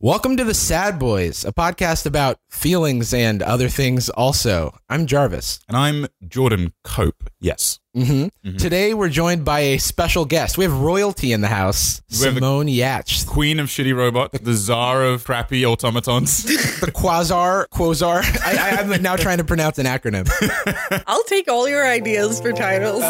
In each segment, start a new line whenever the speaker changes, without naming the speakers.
Welcome to the Sad Boys, a podcast about feelings and other things. Also, I'm Jarvis.
And I'm Jordan Cope. Yes.
Mhm.
Mm-hmm.
Today, we're joined by a special guest. We have royalty in the house,
We have the-
Simone Yatch,
Queen of Shitty Robot, the czar of crappy automatons.
the Quasar Quasar. I, I, I'm now trying to pronounce an acronym.
I'll take all your ideas for titles.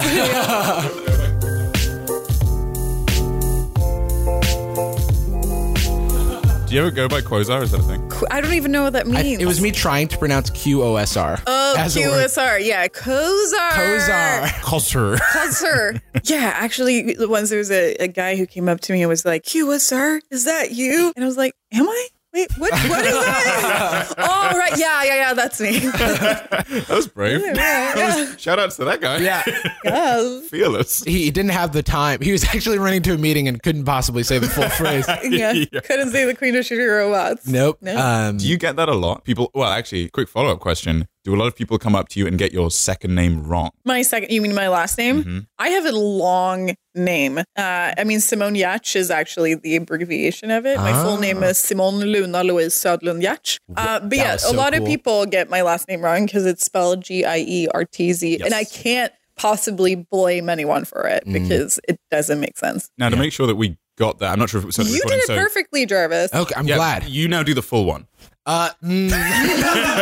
Do you ever go by Quasar? Is that a thing?
Qu- I don't even know what that
I-
means.
it was me trying to pronounce Q O S R.
Oh,
as it were.
QSR. Yeah, Kozar.
Quasar.
Quasar.
Kozar. yeah, actually, once there was a, a guy who came up to me and was like, QSR, is that you? And I was like, am I? Wait, what? What is that? oh, right. Yeah, yeah, yeah. That's me.
That was brave.
yeah.
Shout outs to that guy.
Yeah.
Yeah.
Fearless.
He he didn't have the time. He was actually running to a meeting and couldn't possibly say the full phrase.
Yeah. Couldn't say the queen of shitty robots.
Nope.
No.
Um,
Do you get that a lot? People, well, actually, quick follow up question. Do a lot of people come up to you and get your second name wrong?
My second, you mean my last name?
Mm-hmm.
I have a long name. Uh, I mean, Simone Yatch is actually the abbreviation of it. My full
Ah.
name is Simone Luna Louise Södlund Yatch. Uh, but
That
yeah,
was so
a lot
cool.
of people get my last name wrong because it's spelled G I E R T Z.
Yes.
And I can't possibly blame anyone for it
Mm.
because it doesn't make sense.
Now, to make sure that we got that, I'm not sure if it was
You did it perfectly, Jarvis.
Okay, I'm glad.
You now do the full one.
Uh,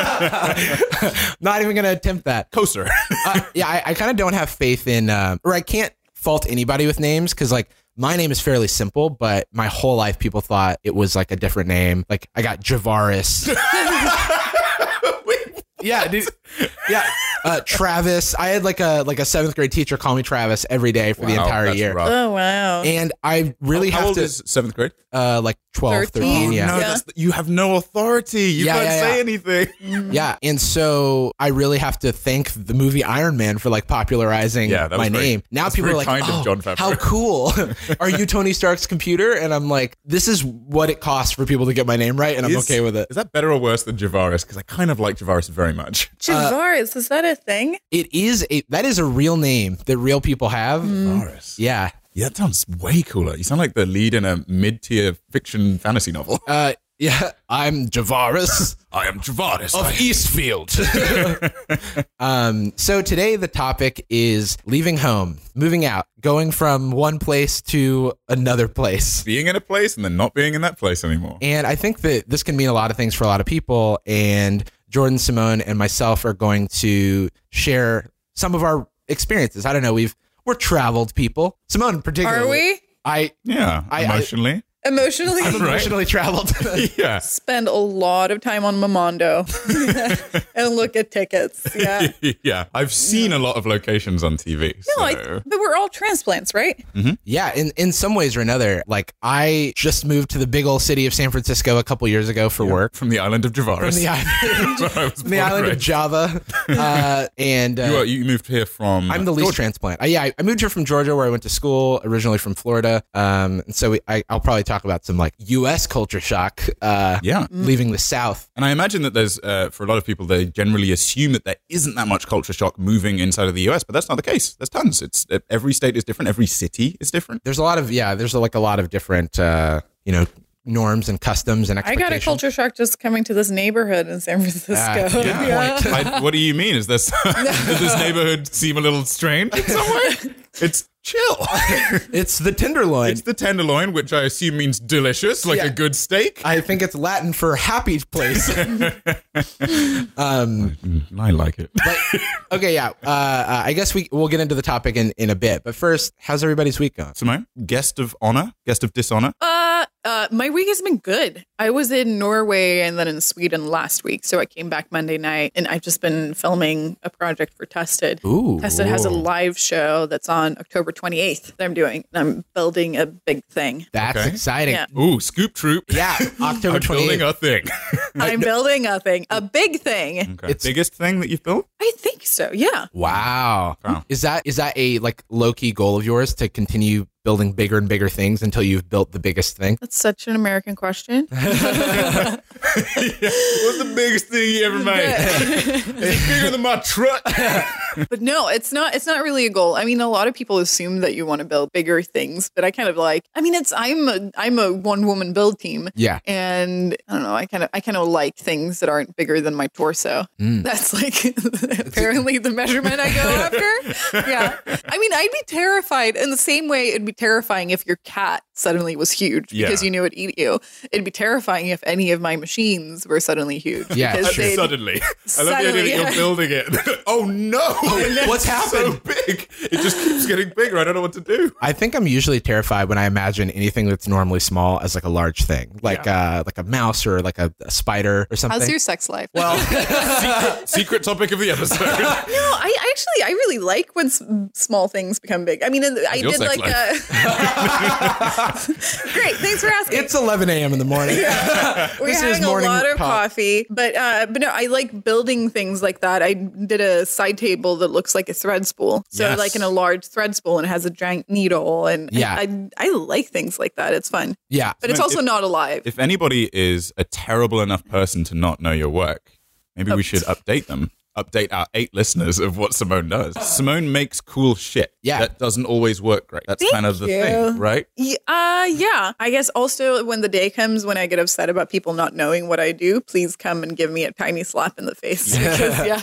mm. not even gonna attempt that.
Coaster.
Uh, yeah, I, I kind of don't have faith in, um, or I can't fault anybody with names because like my name is fairly simple, but my whole life people thought it was like a different name. Like I got Javaris. yeah, dude. Yeah, uh, Travis. I had like a like a seventh grade teacher call me Travis every day for the
Wow,
entire
that's
year.
rough.
Oh, wow.
And uh, I really
How
have
old
to
is seventh grade?
uh like 12, 13.
13. Oh,
yeah.
No,
Yeah.
that's you have no authority. You
Yeah,
can't
yeah,
say
yeah.
anything.
Yeah, and so I really have to thank the movie Iron Man for like popularizing
Yeah, that was
my
very-
name. Now
that's
people are like,
very kind of
oh,
John Favreau."
how cool! are you Tony Stark's computer? And I'm like, this is what it costs for people to get my name right, and I'm
Is-
okay with it.
Is that better or worse than Javaris? Because I kind of like Javaris very much.
Javaris, is that a thing?
It is a that is a real name that real people have.
Mm. Javaris.
Yeah,
Yeah, that sounds way cooler. You sound like the lead in a mid-tier fiction fantasy novel.
uh, yeah. I'm Javaris.
I am Javaris.
Eastfield. um, so today the topic is leaving home, moving out, going from one place to another place.
being in a place and then not being in that place anymore.
And I think that this can mean a lot of things for a lot of people. And Jordan, Simone, and myself are going to share some of our experiences. I don't know. We've we're traveled people. Simone, particularly.
Are we?
I
Yeah,
I- I-
emotionally.
Emotionally?
I'm emotionally traveled.
yeah.
spend a lot of time on Momondo and look at tickets. Yeah.
yeah, I've seen a lot of locations on TV.
No, Oh, I,
so-
but we're all transplants, right?
yeah, in in some ways or another. Like I just moved to the big old city of San Francisco a couple years ago for work.
from the island of
From
Javaris.
the island,
Where I was
from
born
the
and
island of
raised.
Java. Uh, and uh,
You, are- you moved here from.
I'm the least transplant. I, yeah, I- I moved here from Georgia, where I went to school originally from Florida. Um, and so we, I, I'll probably talk about some like U.S. culture shock, uh,
Yeah.
leaving the South.
And I imagine that there's, uh, for a lot of people, they generally assume that there isn't that much culture shock moving inside of the US, but that's not the case. There's tons. It's e, every state is different, every city is different.
There's a lot of yeah. There's like a lot of different uh, you know norms and customs and
I got a
expectations.
culture shock just coming to this neighborhood in San Francisco.
Ah,
yeah.
I, what do you mean? Is this does this neighborhood seem a little strange in some way? It's chill.
It's the tenderloin.
it's the tenderloin, which I assume means delicious, like
Yeah.
a good steak. I,
I think it's Latin for happy place. um,
like it.
but, okay, yeah. Uh, uh, I guess we we'll get into the topic in, in a bit. But first, how's everybody's week going?
Simone, guest of honor, guest of dishonor.
Uh, uh, my week has been good. I was in Norway and then in Sweden last week, so I came back Monday night, and I've just been filming a project for Tested.
Ooh,
Tested has a live show that's on October 28th that I'm doing. I'm building a big thing.
that's
Okay.
exciting.
Yeah.
Ooh, scoop troop.
Yeah, October
I'm
twenty
building
eighth.
a thing.
I'm building a thing, a big thing.
Okay.
It's-
Biggest thing that you've built?
I think so. Yeah.
Wow.
Wow.
Is that is that a like low key goal of yours to continue building bigger and bigger things until you've built the biggest thing?
That's such an American question.
What's the biggest thing you ever made? Is it bigger than my truck?
but no, it's not. It's not really a goal. I mean, a lot of people assume that you want to build bigger things, but I kind of like. I mean, it's I'm a I'm a one woman build team,
Yeah.
and I don't know. I kind of I kind of like things that aren't bigger than my torso.
Mm.
That's like apparently the measurement I go after. Yeah, I mean, I'd be terrified in the same way. It'd be terrifying if your cat suddenly was huge because
Yeah.
you knew it'd eat you. It'd be terrifying if any of my machines were suddenly huge.
Yeah,
because
sure.
they'd-
Suddenly. I love the
Suddenly,
idea that
yeah.
you're building it. oh no!
what's
It's so
happened?
big. It just keeps getting bigger. I don't know what to do.
I think I'm usually terrified when I imagine anything that's normally small as like a large thing, like uh, like a mouse or like a, a spider or something.
How's your sex life?
Secret topic of the episode.
No, I I actually I really like when s- small things become big. I mean, I
Your
did
sex
like a great. Thanks for asking.
it's 11 a.m. in the morning.
We're
this is
having a
morning
lot of
pop.
coffee, but uh, but no, I like building things like that. I did a side table that looks like a thread spool, so
Yes.
like in a large thread spool and it has a giant needle, and
Yeah.
I, I I like things like that. It's fun,
yeah.
but it's
If-
also not alive.
if anybody is a terrible enough person to not know your work, maybe we should update them. Update our eight listeners of what Simone does. Simone makes cool shit.
Yeah.
That doesn't always work great. That's kind of the
you.
thing, right?
Yeah, uh, yeah. I guess also when the day comes when I get upset about people not knowing what I do, please come and give me a tiny slap in the face. because, yeah.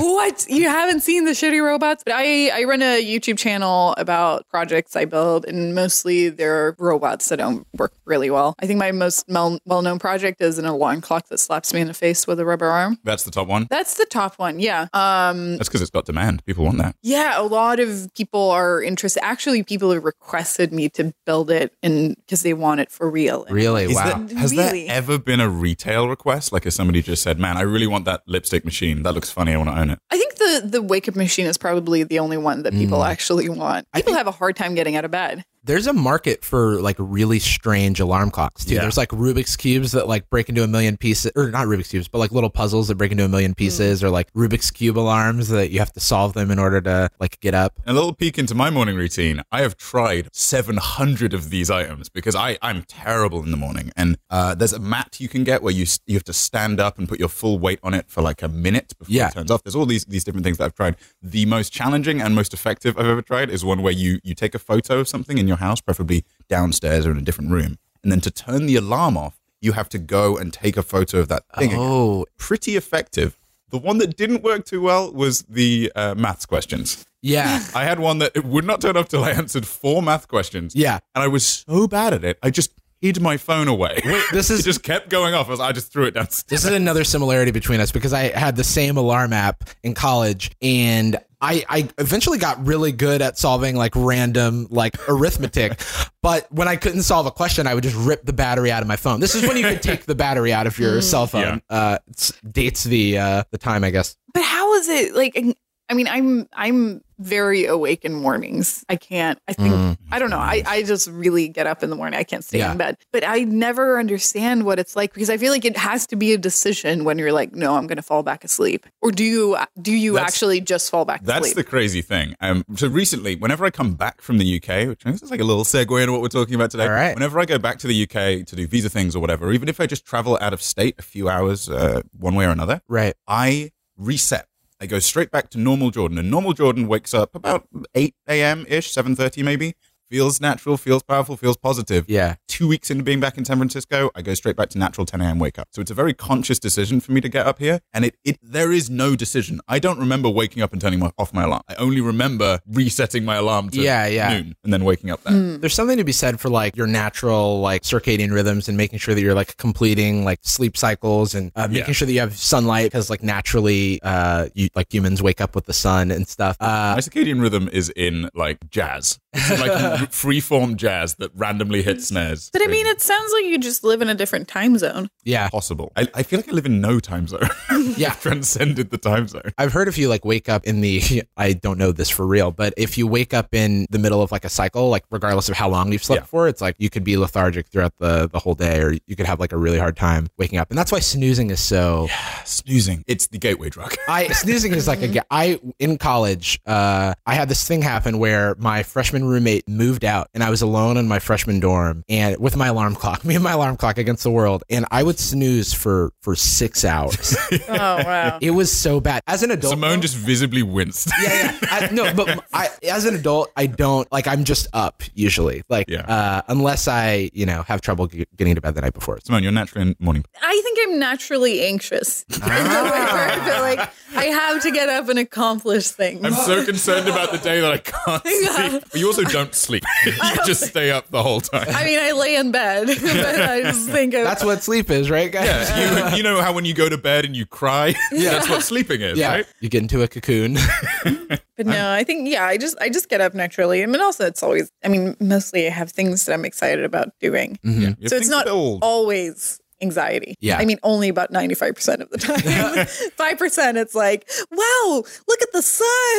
what? You haven't seen the shitty robots? But I, I run a YouTube channel about projects I build, and mostly they're robots that don't work really well. I think my most mel- well known project is an alarm clock that slaps me in the face with a rubber arm.
That's the top one.
That's the top one. Yeah. Um,
That's because it's got demand. People want that.
yeah, a lot of people are interested. Actually, people have requested me to build it, and because they want it for real. And-
Really?
Is
wow.
that- has
Really?
there ever been a retail request? Like if somebody just said, man, I really want that lipstick machine. That looks funny. I want to own it.
I think the the wake up machine is probably the only one that
Mm.
people actually want. People have a hard time getting out of bed.
There's a market for like really strange alarm clocks too.
Yeah.
There's like Rubik's cubes that like break into a million pieces, or not Rubik's cubes, but like little puzzles that break into a million pieces, or like Rubik's cube alarms that you have to solve them in order to like get up.
A little peek into my morning routine. I have tried 700 of these items because I, I'm terrible in the morning. And uh, there's a mat you can get where you s- you have to stand up and put your full weight on it for like a minute before
Yeah.
it turns off. There's all these these different things that I've tried. The most challenging and most effective I've ever tried is one where you you take a photo of something in your house, preferably downstairs or in a different room, and then to turn the alarm off, you have to go and take a photo of that thing. again.
Oh,
Pretty effective. The one that didn't work too well was the uh, maths questions.
yeah.
I had one that it would not turn up till I answered four math questions.
Yeah.
And I was so bad at it, I just hid my phone away.
this is-
it just kept going off. I, was, I just threw it downstairs.
This is another similarity between us because I had the same alarm app in college and I, I eventually got really good at solving like random like arithmetic. but when I couldn't solve a question, I would just rip the battery out of my phone. This is when you could take the battery out of your cell phone. Uh, it's, dates the uh, the time, I guess.
But how is it like? I mean, I'm I'm very awake in mornings. I can't. I think
Mm.
I don't know. I, I just really get up in the morning. I can't stay
Yeah.
in bed. But I never understand what it's like because I feel like it has to be a decision when you're like, no, I'm going to fall back asleep. Or do you do you
That's-
actually just fall back
That's
asleep?
the crazy thing. Um, so recently, whenever I come back from the UK, which I guess is like a little segue into what we're talking about today.
All right.
Whenever I go back to the UK to do visa things or whatever, or even if I just travel out of state a few hours, uh, one way or another,
Right.
I reset. I go straight back to normal Jordan, and normal Jordan wakes up about eight a.m. ish, seven thirty maybe. Feels natural, feels powerful, feels positive.
Yeah.
Two weeks into being back in San Francisco, I go straight back to natural ten a.m. wake up. So it's a very conscious decision for me to get up here, and it, it there is no decision. I don't remember waking up and turning my, off my alarm. I only remember resetting my alarm to
Yeah, yeah. Mm.
noon and then waking up there.
Hmm.
There's something to be said for like your natural like circadian rhythms and making sure that you're like completing like sleep cycles and uh, making
Yeah.
sure that you have sunlight because like naturally uh you like humans wake up with the sun and stuff. Uh,
My circadian rhythm is in like jazz, it's in, like free-form jazz that randomly
Mm.
hits snares.
But I
Crazy.
mean, it sounds like you just live in a different time zone.
yeah,
possible. I, I feel like I live in no time zone.
Yeah.
I've transcended the time zone.
I've heard if you like wake up in the I don't know this for real, but if you wake up in the middle of like a cycle, like regardless of how long you've slept
Yeah.
for, it's like you could be lethargic throughout the the whole day, or you could have like a really hard time waking up, and that's why snoozing is so.
Snoozing. It's the gateway drug.
I snoozing is like a ga- I in college. Uh, I had this thing happen where my freshman roommate moved moved out and I was alone in my freshman dorm and with my alarm clock, me and my alarm clock against the world, and I would snooze for for six hours.
Oh wow.
it was so bad. As an adult,
Simone just visibly winced.
yeah, yeah. I, no, but I, as an adult, I don't like. I'm just up usually, like
Yeah.
uh, unless I, you know, have trouble g- getting to bed the night before. So
Simone, you're naturally in morning.
I think I'm naturally anxious. There's no way
Ah.
where I feel like I have to get up and accomplish things.
I'm so concerned about the day that I can't sleep. But you also don't sleep. You just stay up the whole time.
I mean, I lay in bed, but I just think of,
that's what sleep is, right, guys?
you, you know how when you go to bed and you cry? That's what sleeping is,
Yeah, Mm-hmm.
right?
you get into a cocoon.
But no, I think yeah, I just I just get up naturally. I mean, also it's always. I mean, mostly I have things that I'm excited about doing,
Yeah.
so it's not
old.
always anxiety.
Yeah.
I mean, only about ninety five percent of the time. Five percent, it's like, wow, look at the sun.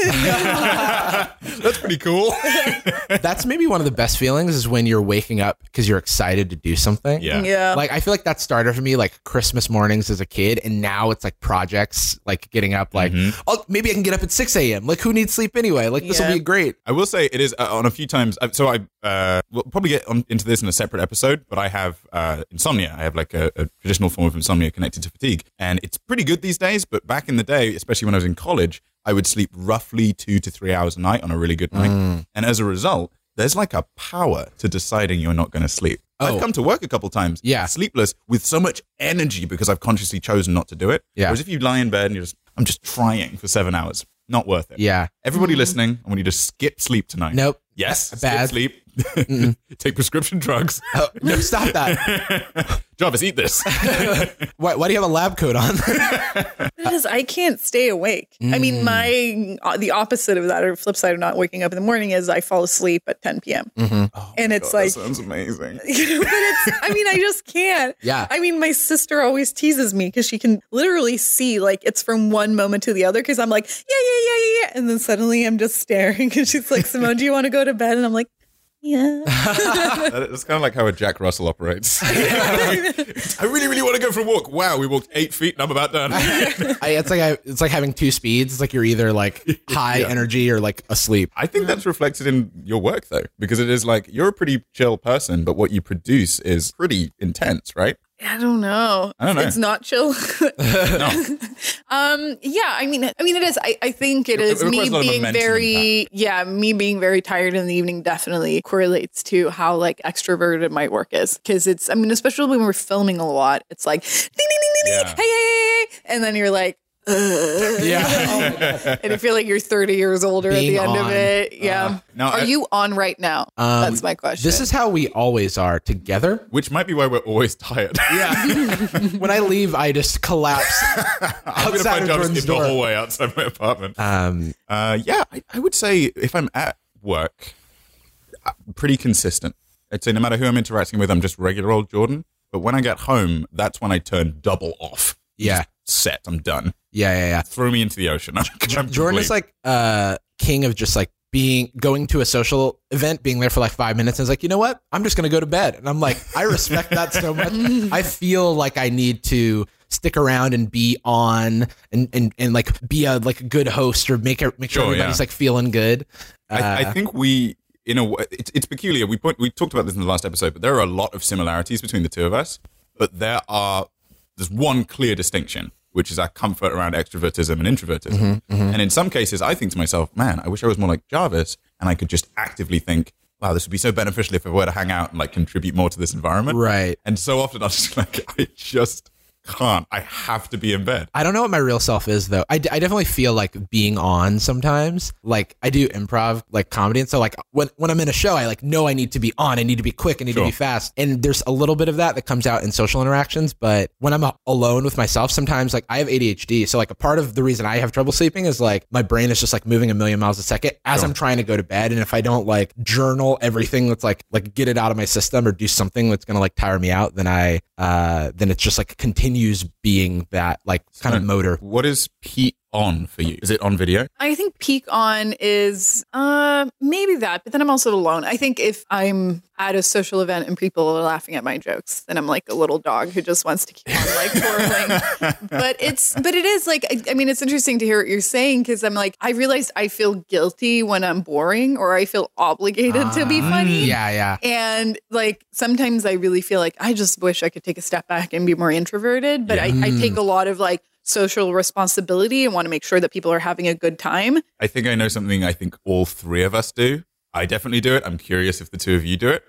That's pretty cool.
that's maybe one of the best feelings is when you're waking up because you're excited to do something.
Yeah.
yeah,
Like I feel like that started for me like Christmas mornings as a kid, and now it's like projects, like getting up, like oh maybe I can get up at six a.m. Like who needs sleep anyway? Like this
Yeah.
will be great.
I will say it is uh, on a few times. uh, So I uh, will probably get on, into this in a separate episode, but I have uh, insomnia. I have like a, a traditional form of insomnia connected to fatigue, and it's pretty good these days. But back in the day, especially when I was in college, I would sleep roughly two to three hours a night on a really good night,
Mm.
and as a result, there's like a power to deciding you're not going to sleep.
Oh.
I've come to work a couple times,
Yeah.
sleepless with so much energy because I've consciously chosen not to do it.
Yeah.
Whereas if you lie in bed and you're just, I'm just trying for seven hours, not worth it.
Yeah.
Everybody listening, I want you to skip sleep tonight.
Mm-hmm. Nope.
Yes.
Bad.
Skip sleep. Take prescription drugs.
Oh, no, stop that.
Jarvis, eat this.
Why, why do you have a lab coat on?
because I can't stay awake. I mean, my uh, the opposite of that or flip side of not waking up in the morning is I fall asleep at ten p.m. and it's like
sounds amazing.
but it's i mean i just can't
Yeah.
i mean my sister always teases me because she can literally see like it's from one moment to the other because i'm like yeah yeah yeah yeah yeah and then suddenly i'm just staring and she's like simone do you want to go to bed and i'm like yeah
That's kind of like how a Jack Russell operates. I really, really want to go for a walk. Wow, we walked eight feet and I'm about done.
I, it's like I, it's like having two speeds. It's like you're either like high energy or like asleep.
I think that's reflected in your work though, because it is like you're a pretty chill person, but what you produce is pretty intense, right?
i don't know
I don't know.
it's not chill
No.
um yeah i mean i mean it is i, I think it
It- it
is me
requires a lot of
being
momentum
very yeah me being very tired in the evening definitely correlates to how like extroverted my work is because it's i mean especially when we're filming a lot it's like ding, ding, ding, ding, ding,
Yeah.
hey, hey, hey, hey, and then you're like Ugh.
Yeah.
and I feel like you're 30 years older
Being
at the end
on.
of it. Yeah.
Uh, no,
Are
I-
you on right now?
Um,
That's my question.
This is how we always are together.
Which might be why we're always tired.
Yeah. when I leave, I just collapse.
I'm gonna
Outside
find
of
Jarvis
Jordan's
in the
door.
hallway outside my apartment.
Um,
Uh, yeah, I, I would say if I'm at work, uh, pretty consistent. I'd say no matter who I'm interacting with, I'm just regular old Jordan. But when I get home, that's when I turn double off.
yeah,
Set. I'm done.
yeah, yeah, yeah.
Throw me into the ocean. I'm, I'm
Jordan is
complete.
like uh king of just like being going to a social event, being there for like five minutes, and is like, you know what? I'm just gonna go to bed. And I'm like, I respect that so much. I feel like I need to stick around and be on and and, and like be a like a good host or make it, make sure,
Sure, yeah.
everybody's like feeling good.
I, I think we, in a way, it's, it's peculiar. We point, we talked about this in the last episode, but there are a lot of similarities between the two of us. But there are there's one clear distinction, which is our comfort around extrovertism and introvertism. And in some cases, I think to myself, man, I wish I was more like Jarvis, and I could just actively think, wow, this would be so beneficial if I were to hang out and like contribute more to this environment.
Right.
And so often I'm just like, I just can't. I have to be in bed.
I don't know what my real self is though. I, d- I definitely feel like being on sometimes. Like I do improv, like comedy, and so like when when I'm in a show, I like know I need to be on. I need to be quick. I need
Sure.
to be fast. And there's a little bit of that that comes out in social interactions. But when I'm a- alone with myself, sometimes like I have ADHD, so like a part of the reason I have trouble sleeping is like my brain is just like moving a million miles a second as I'm trying to go to bed. And if I don't like journal everything that's like like get it out of my system or do something that's gonna like tire me out, then I uh then it just like continues being that like kind of motor
What is Pete on for you? Is it on video?
I think peak on is uh, maybe that, but then I'm also alone. I think if I'm at a social event and people are laughing at my jokes, then I'm like a little dog who just wants to keep on like twirling. but it's but it is like I, I mean it's interesting to hear what you're saying because I'm like I realized I feel guilty when I'm boring or I feel obligated to be funny.
Yeah, yeah.
And like sometimes I really feel like I just wish I could take a step back and be more introverted, but I, I take a lot of like social responsibility and want to make sure that people are having a good time.
I think I know something I think all three of us do. I definitely do it. I'm curious if the two of you do it.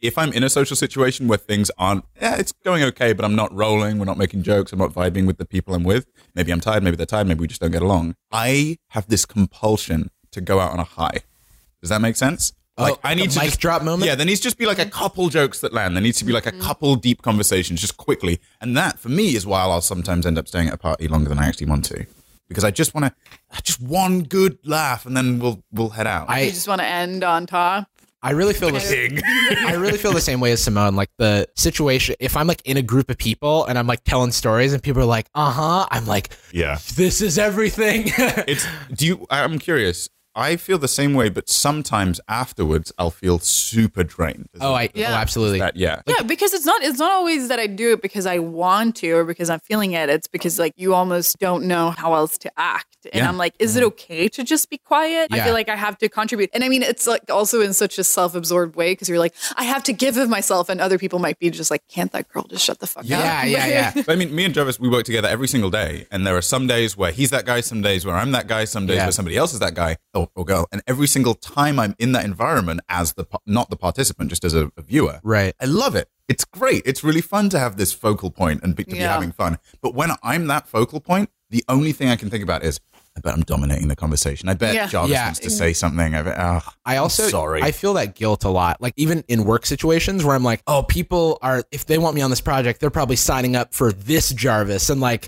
If I'm in a social situation where things aren't, yeah, it's going okay, but I'm not rolling, we're not making jokes, I'm not vibing with the people I'm with. Maybe I'm tired, maybe they're tired, maybe we just don't get along. I have this compulsion to go out on a high. Does that make sense? Like
Oh, the mic
just-
drop moment? Mm-hmm.
Yeah, there needs to just be like a couple jokes that land. There needs to be like a couple deep conversations just quickly. And that for me is why I'll sometimes end up staying at a party longer than I actually want to. Because I just want to just one good laugh and then we'll we'll head out.
You
I
just want to end on top.
I really feel this. I really feel the same way as Simone. Like the situation, if I'm like in a group of people and I'm like telling stories and people are like, "Uh huh," I'm like,
yeah.
"This is everything."
It's do you I'm curious. I feel the same way, but sometimes afterwards I'll feel super drained.
oh, I
Yeah.
oh, absolutely.
that yeah.
yeah, because it's not it's not always that I do it because I want to or because I'm feeling it. It's because like you almost don't know how else to act. And
Yeah.
I'm like, is it okay to just be quiet? I
Mm-hmm. Yeah.
feel like I have to contribute. And I mean, it's like also in such a self-absorbed way because you're like, I have to give of myself and other people might be just like, can't that girl just shut the fuck up?
yeah, yeah, yeah.
But I mean, me and Travis, we work together every single day, and there are some days where he's that guy, some days where I'm that guy, some days
Yeah.
where somebody else is that guy or, or girl. And every single time I'm in that environment as the par- not the participant, just as a, a viewer,
Right.
I love it. It's great. It's really fun to have this focal point and be, to be
Yeah.
having fun. But when I'm that focal point, the only thing I can think about is. I bet I'm dominating the conversation. I bet
Yeah.
Jarvis
Yeah.
wants to say something. I bet, ah.
I also
sorry.
I feel that guilt a lot. Like even in work situations where I'm like, oh, people are if they want me on this project, they're probably signing up for this Jarvis, and like,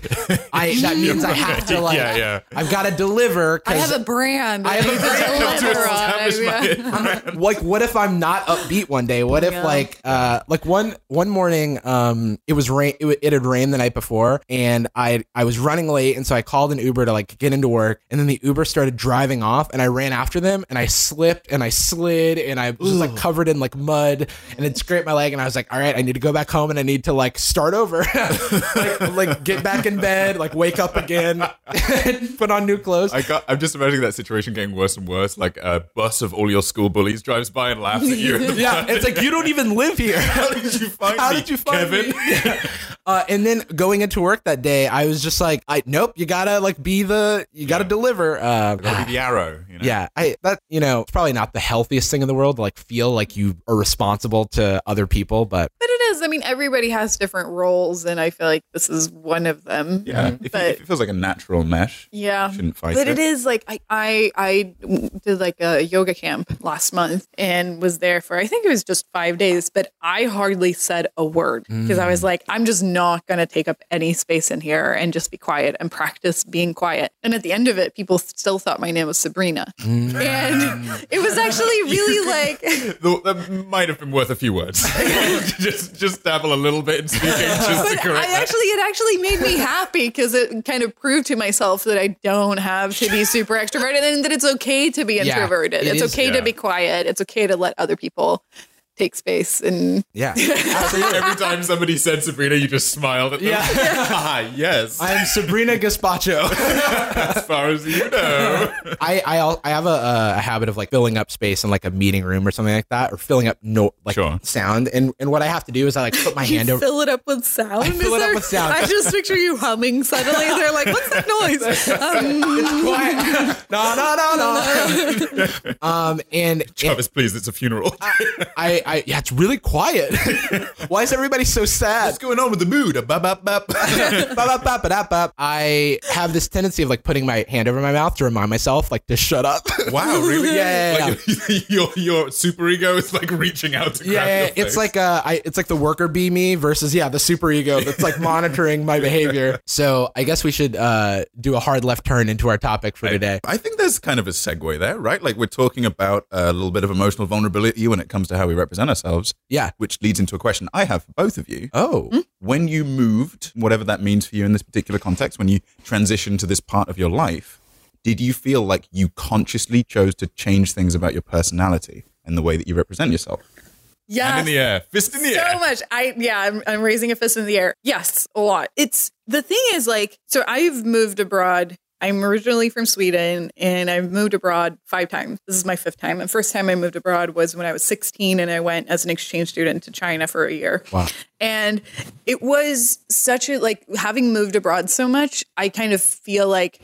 I that means I have to like,
Yeah, yeah.
I've got to deliver. 'cause-
I have a brand.
I have a
need to
brand.
deliver
To
on it.
establish my-
Yeah.
like what if i'm not upbeat one day what if
Yeah.
like uh like one one morning um it was rain it, wa- it had rained the night before and i i was running late and so i called an uber to like get into work and then the uber started driving off and i ran after them and i slipped and i slid and i was like covered in like mud and it scraped my leg and i was like all right i need to go back home and i need to like start over like, like get back in bed like wake up again put on new clothes
I got, I'm just imagining that situation getting worse and worse. Like a bus of all your school bullies drives by and laughs at you.
yeah it's like you don't even live here
How did you find
How
me,
did you find
Kevin?
me? Yeah. Uh, and then going into work that day, I was just like, I nope, you gotta like be the, you gotta deliver. Uh,
That'd be the arrow. You know?
yeah, I that you know it's probably not the healthiest thing in the world to like feel like you are responsible to other people, but
But it is. I mean, everybody has different roles, and I feel like this is one of them.
Yeah.
Mm-hmm.
If,
But-
it- if it feels like a natural mesh,
Yeah.
you shouldn't fight
But
it.
it is like I, I I did like a yoga camp last month and was there for I think it was just five days, but I hardly said a word because I was like, I'm just not gonna take up any space in here and just be quiet and practice being quiet. And at the end of it, people still thought my name was Sabrina. And it was actually really like
Though That might have been worth a few words. just, just dabble a little bit in speaking just to
But
correct
I
that.
actually, it actually made me happy because it kind of proved to myself that I don't have to be super extroverted and that it's okay to be
Yeah,
introverted.
it
it's
is-
okay
yeah.
to be quiet. It's okay to let other people take space. And
yeah, absolutely.
Every time somebody said Sabrina, you just smiled at them.
Yeah.
ah, yes.
I am Sabrina Gaspacho.
as far as you know.
I I, al- I have a, a habit of like filling up space in like a meeting room or something like that, or filling up no like
Sure.
sound. And and what I have to do is I like put my hand
you
over.
fill it up with sound.
I fill
Is
it up
there-
with sound.
I just picture you humming suddenly. They're like, what's that noise? Um,
Quiet. no, no, no, no. um, and
Travis, please, Oh, it's a funeral.
Ah. I, I yeah, it's really quiet. Why is everybody so sad?
going on with the mood? A bap, bap, bap.
Bop, bop, bop, bop, bop. I have this tendency of like putting my hand over my mouth to remind myself like to shut up.
wow, really?
Yeah, yeah,
Like, your, your super ego is like reaching out to grab
Yeah,
your
yeah,
face.
it's like uh, I, it's like the worker bee me versus yeah the super ego that's like monitoring my behavior. So I guess we should uh, do a hard left turn into our topic for today.
I think there's kind of a segue there, right? Like we're talking about a little bit of emotional vulnerability when it comes to how we represent ourselves,
Yeah.
which leads into a question I have for both of you.
Oh.
Hmm?
When you moved, whatever that means for you in this particular context, when you transitioned to this part of your life, did you feel like you consciously chose to change things about your personality and the way that you represent yourself?
Yeah.
air, fist
so much. I yeah, I'm, I'm raising a fist in the air. Yes, a lot. It's the thing is like so I've moved abroad. I'm originally from Sweden and I've moved abroad five times. This is my fifth time. The first time I moved abroad was when I was 16 and I went as an exchange student to China for a year. Wow. And it was such a like having moved abroad so much, I kind of feel like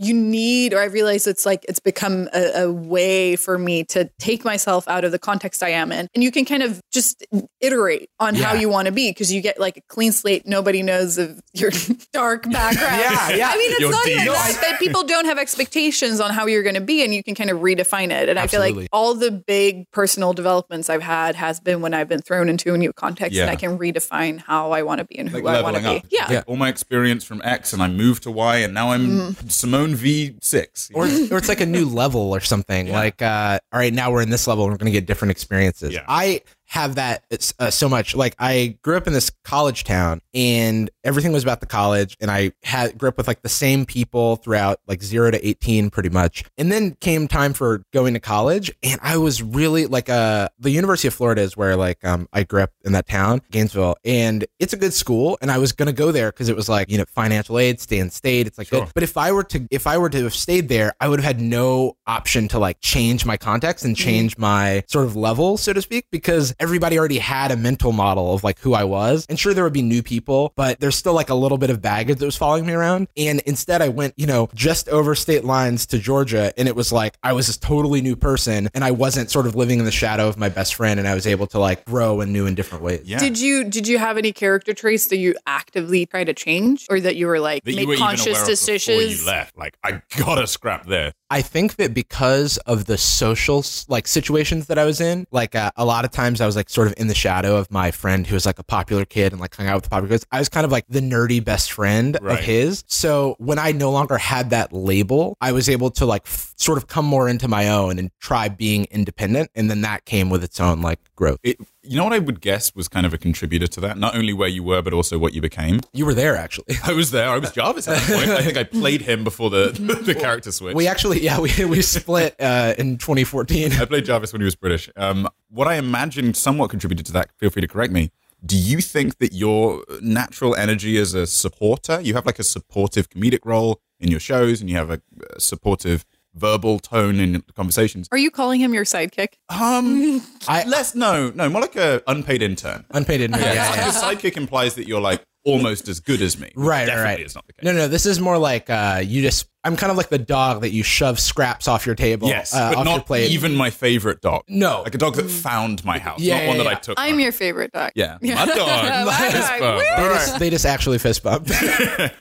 you need or i realize it's like it's become a, a way for me to take myself out of the context i am in and you can kind of just iterate on how
Yeah.
you want to be because you get like a clean slate nobody knows of your dark background
Yeah, yeah.
i mean it's
Your
not even
deeds.
that, that people don't have expectations on how you're going to be and you can kind of redefine it and i feel
Absolutely.
like all the big personal developments i've had has been when i've been thrown into a new context and
Yeah.
i can redefine how i want to be and who
like
i want to
leveling
be
up.
yeah
Like, all my experience from X and I moved to Y and now I'm
Mm.
Simone V6.
or it's, or it's like a new level or something like uh all right now we're in this level and we're gonna get different experiences
Yeah.
i have that it's, uh, so much like i grew up in this college town and everything was about the college and i had grew up with like the same people throughout like 0 to 18 pretty much and then came time for going to college and i was really like uh the university of florida is where like um i grew up in that town gainesville and it's a good school and i was gonna go there because it was like you know financial aid stay in state it's like
Sure.
good but if I were to if I were to have stayed there, I would have had no option to like change my context and change my sort of level, so to speak, because everybody already had a mental model of like who I was. And sure there would be new people, but there's still like a little bit of baggage that was following me around. And instead I went, you know, just over state lines to Georgia and it was like I was this totally new person and I wasn't sort of living in the shadow of my best friend and I was able to like grow in new and different ways.
Yeah.
Did you did you have any character traits that you actively try to change, or that you were like
that
make
you were
conscious
even aware of
decisions?
before you left. Like, I gotta scrap this.
I think that because of the social like situations that I was in, like uh, a lot of times I was like sort of in the shadow of my friend who was like a popular kid and like hung out with the popular kids. I was kind of like the nerdy best friend
Right.
of his. So when I no longer had that label, I was able to like f- sort of come more into my own and try being independent, and then that came with its own like growth.
It, you know what I would guess was kind of a contributor to that? Not only where you were, but also what you became.
You were there actually.
I was there. I was Jarvis at that point. I think I played him before the, the character switch.
We actually, yeah, we, we split uh, in 2014.
I played Jarvis when he was British. Um, what I imagine somewhat contributed to that. Feel free to correct me. Do you think that your natural energy as a supporter, you have like a supportive comedic role in your shows, and you have a uh, supportive verbal tone in conversations?
Are you calling him your sidekick?
Um,
I-
less no, no, more like a unpaid intern.
Unpaid intern. Yeah, yeah, yeah.
Because sidekick implies that you're like almost as good as me. which
Right,
definitely
right.
It's not the case.
No, no, this is more like uh, you just. I'm kind of like the dog that you shove scraps off your table,
Yes,
uh,
but
off your
not
plate.
even my favorite dog.
No. Mm.
like a dog that found my house,
Yeah,
not one
yeah,
that I
yeah.
took.
I'm
from.
your favorite dog.
Yeah, my dog.
My
This bug.
dog. Woo!
All
they,
right.
just, they just actually fist bump,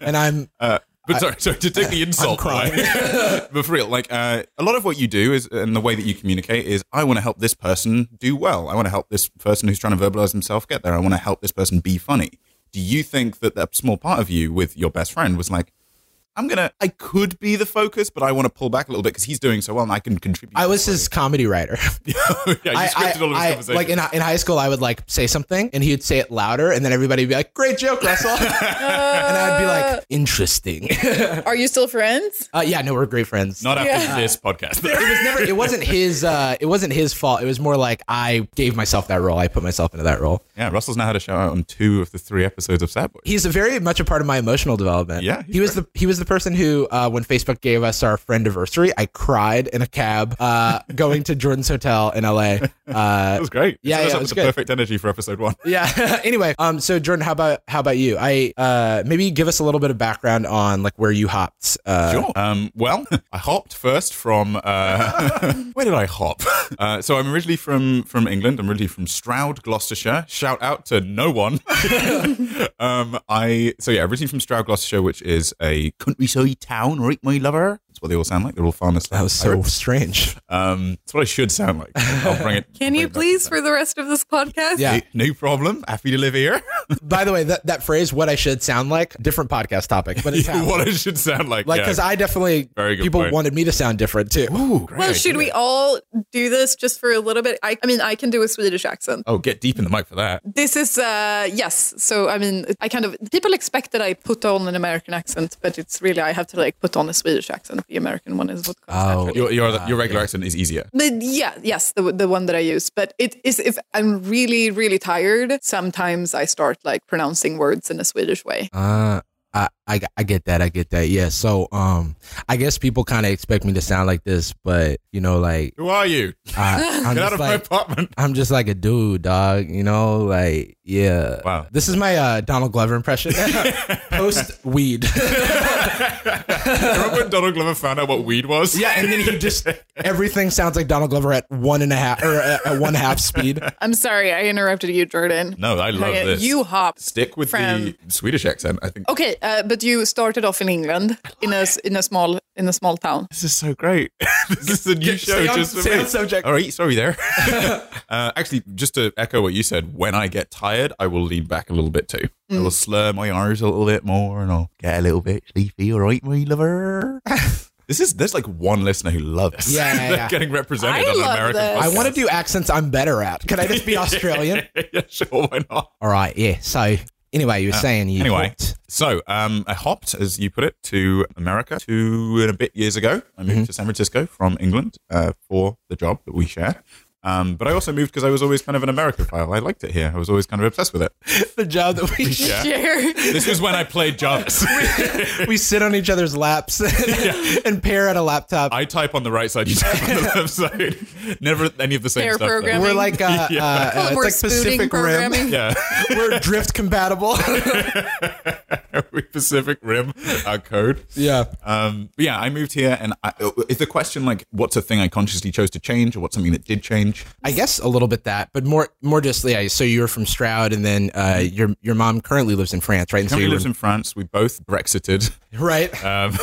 and I'm
Uh, but sorry, sorry to take the insult
crying.
away. but for real, like uh, a lot of what you do is, and the way that you communicate is, I want to help this person do well. I want to help this person who's trying to verbalize himself get there. I want to help this person be funny. Do you think that that small part of you with your best friend was like, I'm gonna, I could be the focus, but I want to pull back a little bit because he's doing so well and I can contribute.
I was his comedy writer.
yeah, you
I,
scripted all of his
I- I-
conversations.
like in, hi- in high school, I would like say something, and he would say it louder, and then everybody would be like, "Great joke, Russell," and I'd be like, "Interesting."
Are you still friends?
Uh, yeah, no, we're great friends.
Not after
Yeah.
this podcast.
it was never. It wasn't his. Uh, it wasn't his fault. It was more like I gave myself that role. I put myself into that role.
yeah, Russell's now had a shout out on two of the three episodes of Sad Boy.
he's a very much a part of my emotional development.
Yeah, he's
he was the he was the person who, uh, when Facebook gave us our friend anniversary, I cried in a cab uh, going to Jordan's hotel in LA.
That
Uh,
was great.
Yeah,
it
yeah,
was
it
up
was
with the
good.
perfect energy for episode one.
yeah. anyway, um, so Jordan, how about how about you? I uh, maybe give us a little bit of background on like where you hopped. Uh,
Sure. Um, well, I hopped first from. Uh, where did I hop? Uh, so I'm originally from from England. I'm originally from Stroud, Gloucestershire. Shout out to no one. um, I so yeah, originally from Stroud, Gloucestershire, which is a countryside town, right, my lover? It's That's what they all sound like. They're all farmers.
That was so strange.
Um, that's what I should sound like. I'll bring it. I'll
Can you
bring it back.
please, for the rest of this podcast?
Yeah.
No problem. Happy to live here.
By the way, that, that phrase, what I should sound like, different podcast topic, but it's happening.
what it should sound like.
Like,
yeah.
because I definitely,
Very good
people
point.
wanted me to sound different too.
Ooh, great
Well, should
idea.
we all do this just for a little bit? I, I mean, I can do a Swedish accent.
Oh, get deep in the mic for that.
This is, uh, yes. So, I mean, I kind of, people expect that I put on an American accent, but it's really, I have to like put on a Swedish accent. The American one is what comes
Oh.
naturally.
Your your, your regular accent is easier.
But yeah, yes, the the one that I use. But it is if I'm really really tired, sometimes I start like pronouncing words in a Swedish way.
Uh, I, I, I get that. I get that. Yeah. So, um, I guess people kind of expect me to sound like this, but you know, like,
Who are you?
I, I'm
get out
just
of my
like,
apartment.
I'm just like a dude, dog. You know, like, yeah.
Wow.
This is my uh, Donald Glover impression. Post weed.
Remember when Donald Glover found out what weed was?
yeah, and then he just everything sounds like Donald Glover at one and a half or at, at one half speed.
I'm sorry, I interrupted you, Jordan.
No, I love
Okay,
this.
You hop.
stick with
From-
the Swedish accent. I think
Okay, uh, but you started off in England in a s- in a small in a small town.
this is so great. this is a new
Get-
show
stay on-
just for
stay
me.
on subject.
All right, sorry there. uh, actually, just to echo what you said, when I get tired, I will lean back a little bit too. I
Mm.
will slur my R's a little bit more, and I'll get a little bit sleepy. All right, my lover. this is there's like one listener who loves.
Yeah, yeah, yeah.
getting represented
I
on an
love
American.
this.
I
podcast.
want to do accents I'm better at. Can I just be Australian?
yeah, sure, why not?
All right. Yeah. So anyway, you were saying you
anyway.
hooked.
So um, I hopped, as you put it, to America two and a bit years ago. I moved to San Francisco from England uh, for the job that we share. Um, but I also moved because I was always kind of an Americophile. I liked it here. I was always kind of obsessed with it.
the job that we
Yeah.
Sure.
This was when I played Jarvis.
we sit on each other's laps and pair at a laptop.
I type on the right side, you type on the left side. Never any of the same
Pair
stuff. though.
programming.
we're like uh,
Yeah.
uh,
Oh,
it's
we're
like
spooning
Pacific Rim.
programming.
Yeah,
we're drift compatible.
we Pacific Rim our code.
yeah.
Um, but yeah, I moved here, and I, is the question like, what's a thing I consciously chose to change, or what's something that did change?
I guess a little bit that, but more more just yeah. So you were from Stroud, and then uh, your your mom currently lives in France, right? And so
Mm-hmm. Currently
you
lives in France. We both Brexited.
were- right.
Um,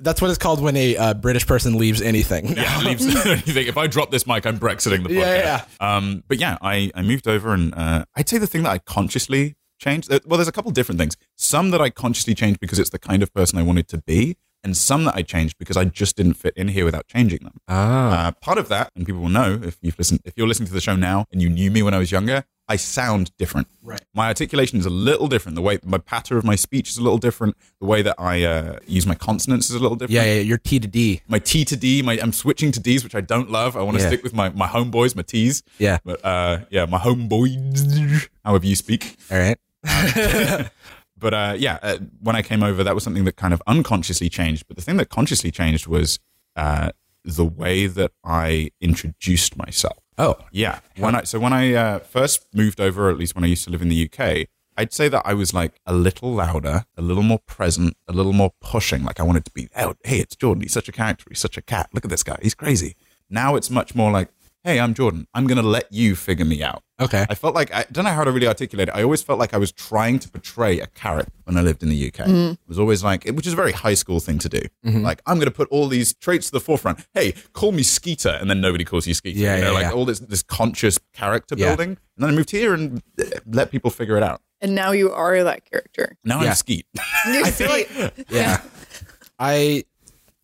That's what it's called when a uh, British person leaves anything.
yeah, leaves anything. If I drop this mic, I'm Brexiting the podcast.
Yeah,
Um, but yeah, I, I moved over, and uh, I'd say the thing that I consciously changed. uh, Well, there's a couple different things. Some that I consciously changed because it's the kind of person I wanted to be, and some that I changed because I just didn't fit in here without changing them.
Ah.
Uh, part of that, and people will know if you've listened, if you're listening to the show now and you knew me when I was younger, I sound different.
Right.
My articulation is a little different. The way my patter of my speech is a little different. The way that I uh, use my consonants is a little different.
Yeah, yeah. Your T to D.
My T to D, my I'm switching to D's, which I don't love. I want to
Yeah.
stick with my my homeboys, my T's.
Yeah.
But uh, yeah, my homeboys, however you speak.
All right.
But uh, yeah, uh, when I came over, that was something that kind of unconsciously changed. But the thing that consciously changed was uh, the way that I introduced myself.
Oh.
Yeah. When I so when I uh, first moved over, or at least when I used to live in the UK, I'd say that I was like a little louder, a little more present, a little more pushing. Like I wanted to be out. Hey, it's Jordan. He's such a character. He's such a cat. Look at this guy. He's crazy. Now it's much more like, hey, I'm Jordan. I'm gonna let you figure me out.
Okay.
I felt like I don't know how to really articulate it. I always felt like I was trying to portray a carrot when I lived in the UK. It was always like, which is a very high school thing to do.
Mm-hmm.
Like, I'm going to put all these traits to the forefront. Hey, call me Skeeter, and then nobody calls you Skeeter.
Yeah,
you know,
yeah,
like
yeah.
all this this conscious character
Yeah.
building. And then I moved here and uh, let people figure it out.
and now you are that character.
Now
Yeah.
I'm Skeet.
I feel like
Yeah. I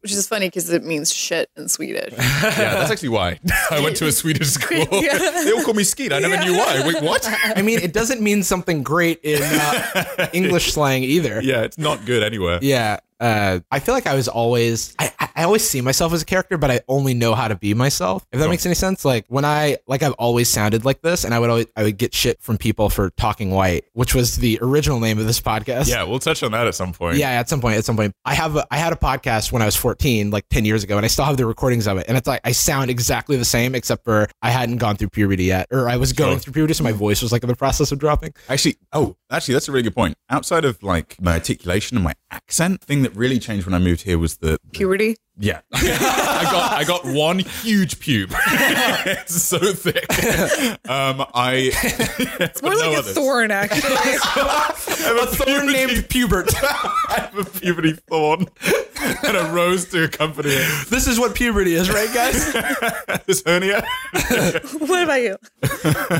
which is funny because it means shit in Swedish.
yeah, that's actually why I went to a Swedish school. they all call me Skeet. I never knew why. Wait, what?
I mean it doesn't mean something great in uh, English slang either.
yeah, it's not good anywhere.
Yeah. Uh, I feel like I was always I, I- I always see myself as a character, but I only know how to be myself. If that makes any sense, like when I like I've always sounded like this, and I would always I would get shit from people for talking white, which was the original name of this podcast.
Yeah, we'll touch on that at some point.
Yeah, at some point, at some point, I have a, I had a podcast when I was 14, like 10 years ago, and I still have the recordings of it. And it's like I sound exactly the same, except for I hadn't gone through puberty yet, or I was going
Sure.
through puberty, so my voice was like in the process of dropping.
Actually, oh, actually, that's a really good point. Outside of like my articulation and my accent, thing that really changed when I moved here was the
Puberty.
yeah. I got I got one huge pube. it's so thick. Um, I
It's more like a thorn, actually.
I have
Someone
a, puberty,
named Pubert.
I have a puberty thorn. and a rose to accompany it.
This is what puberty is, right, guys?
This hernia,
what about you?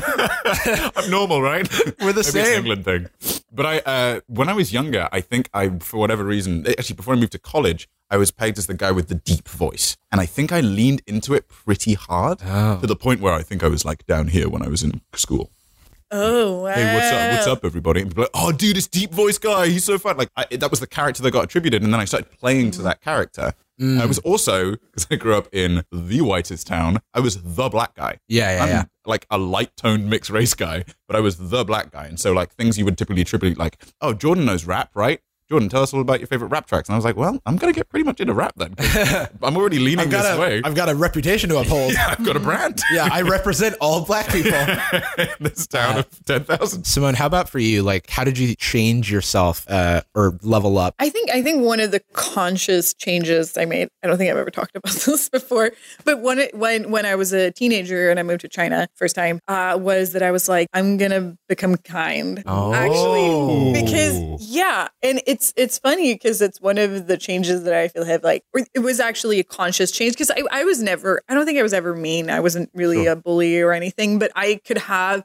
I'm normal, right?
We're the
Maybe
same.
It's an England thing. But I, uh, when I was younger, I think I, for whatever reason, actually before I moved to college, I was pegged as the guy with the deep voice, and I think I leaned into it pretty hard
Oh.
to the point where I think I was like down here when I was in school.
Oh, wow.
Hey, what's up?
Uh.
What's up, everybody? And people are like, oh, dude, this deep voice guy, he's so fun. Like I, that was the character that got attributed, and then I started playing
Mm.
to that character. I was also because I grew up in the whitest town. I was the black guy.
Yeah, yeah,
I'm
yeah.
like a light toned mixed race guy, but I was the black guy. And so like things you would typically attribute like, oh, Jordan knows rap, right? Jordan, tell us all about your favorite rap tracks. And I was like, well, I'm gonna get pretty much into rap then. 'cause I'm already leaning
I've got,
this way.
a, I've got a reputation to uphold. yeah.
I've got a brand.
I represent all black people.
in this town of ten thousand.
Simone, how about for you? Like, how did you change yourself uh, or level up?
I think I think one of the conscious changes I made. I don't think I've ever talked about this before, but when it, when when I was a teenager and I moved to China first time, uh, was that I was like, I'm gonna become kind.
Oh.
Actually, because yeah, and it's it's funny because it's one of the changes that I feel have like or it was actually a conscious change because I I was never I don't think I was ever mean. I wasn't really a bully or anything, but I could have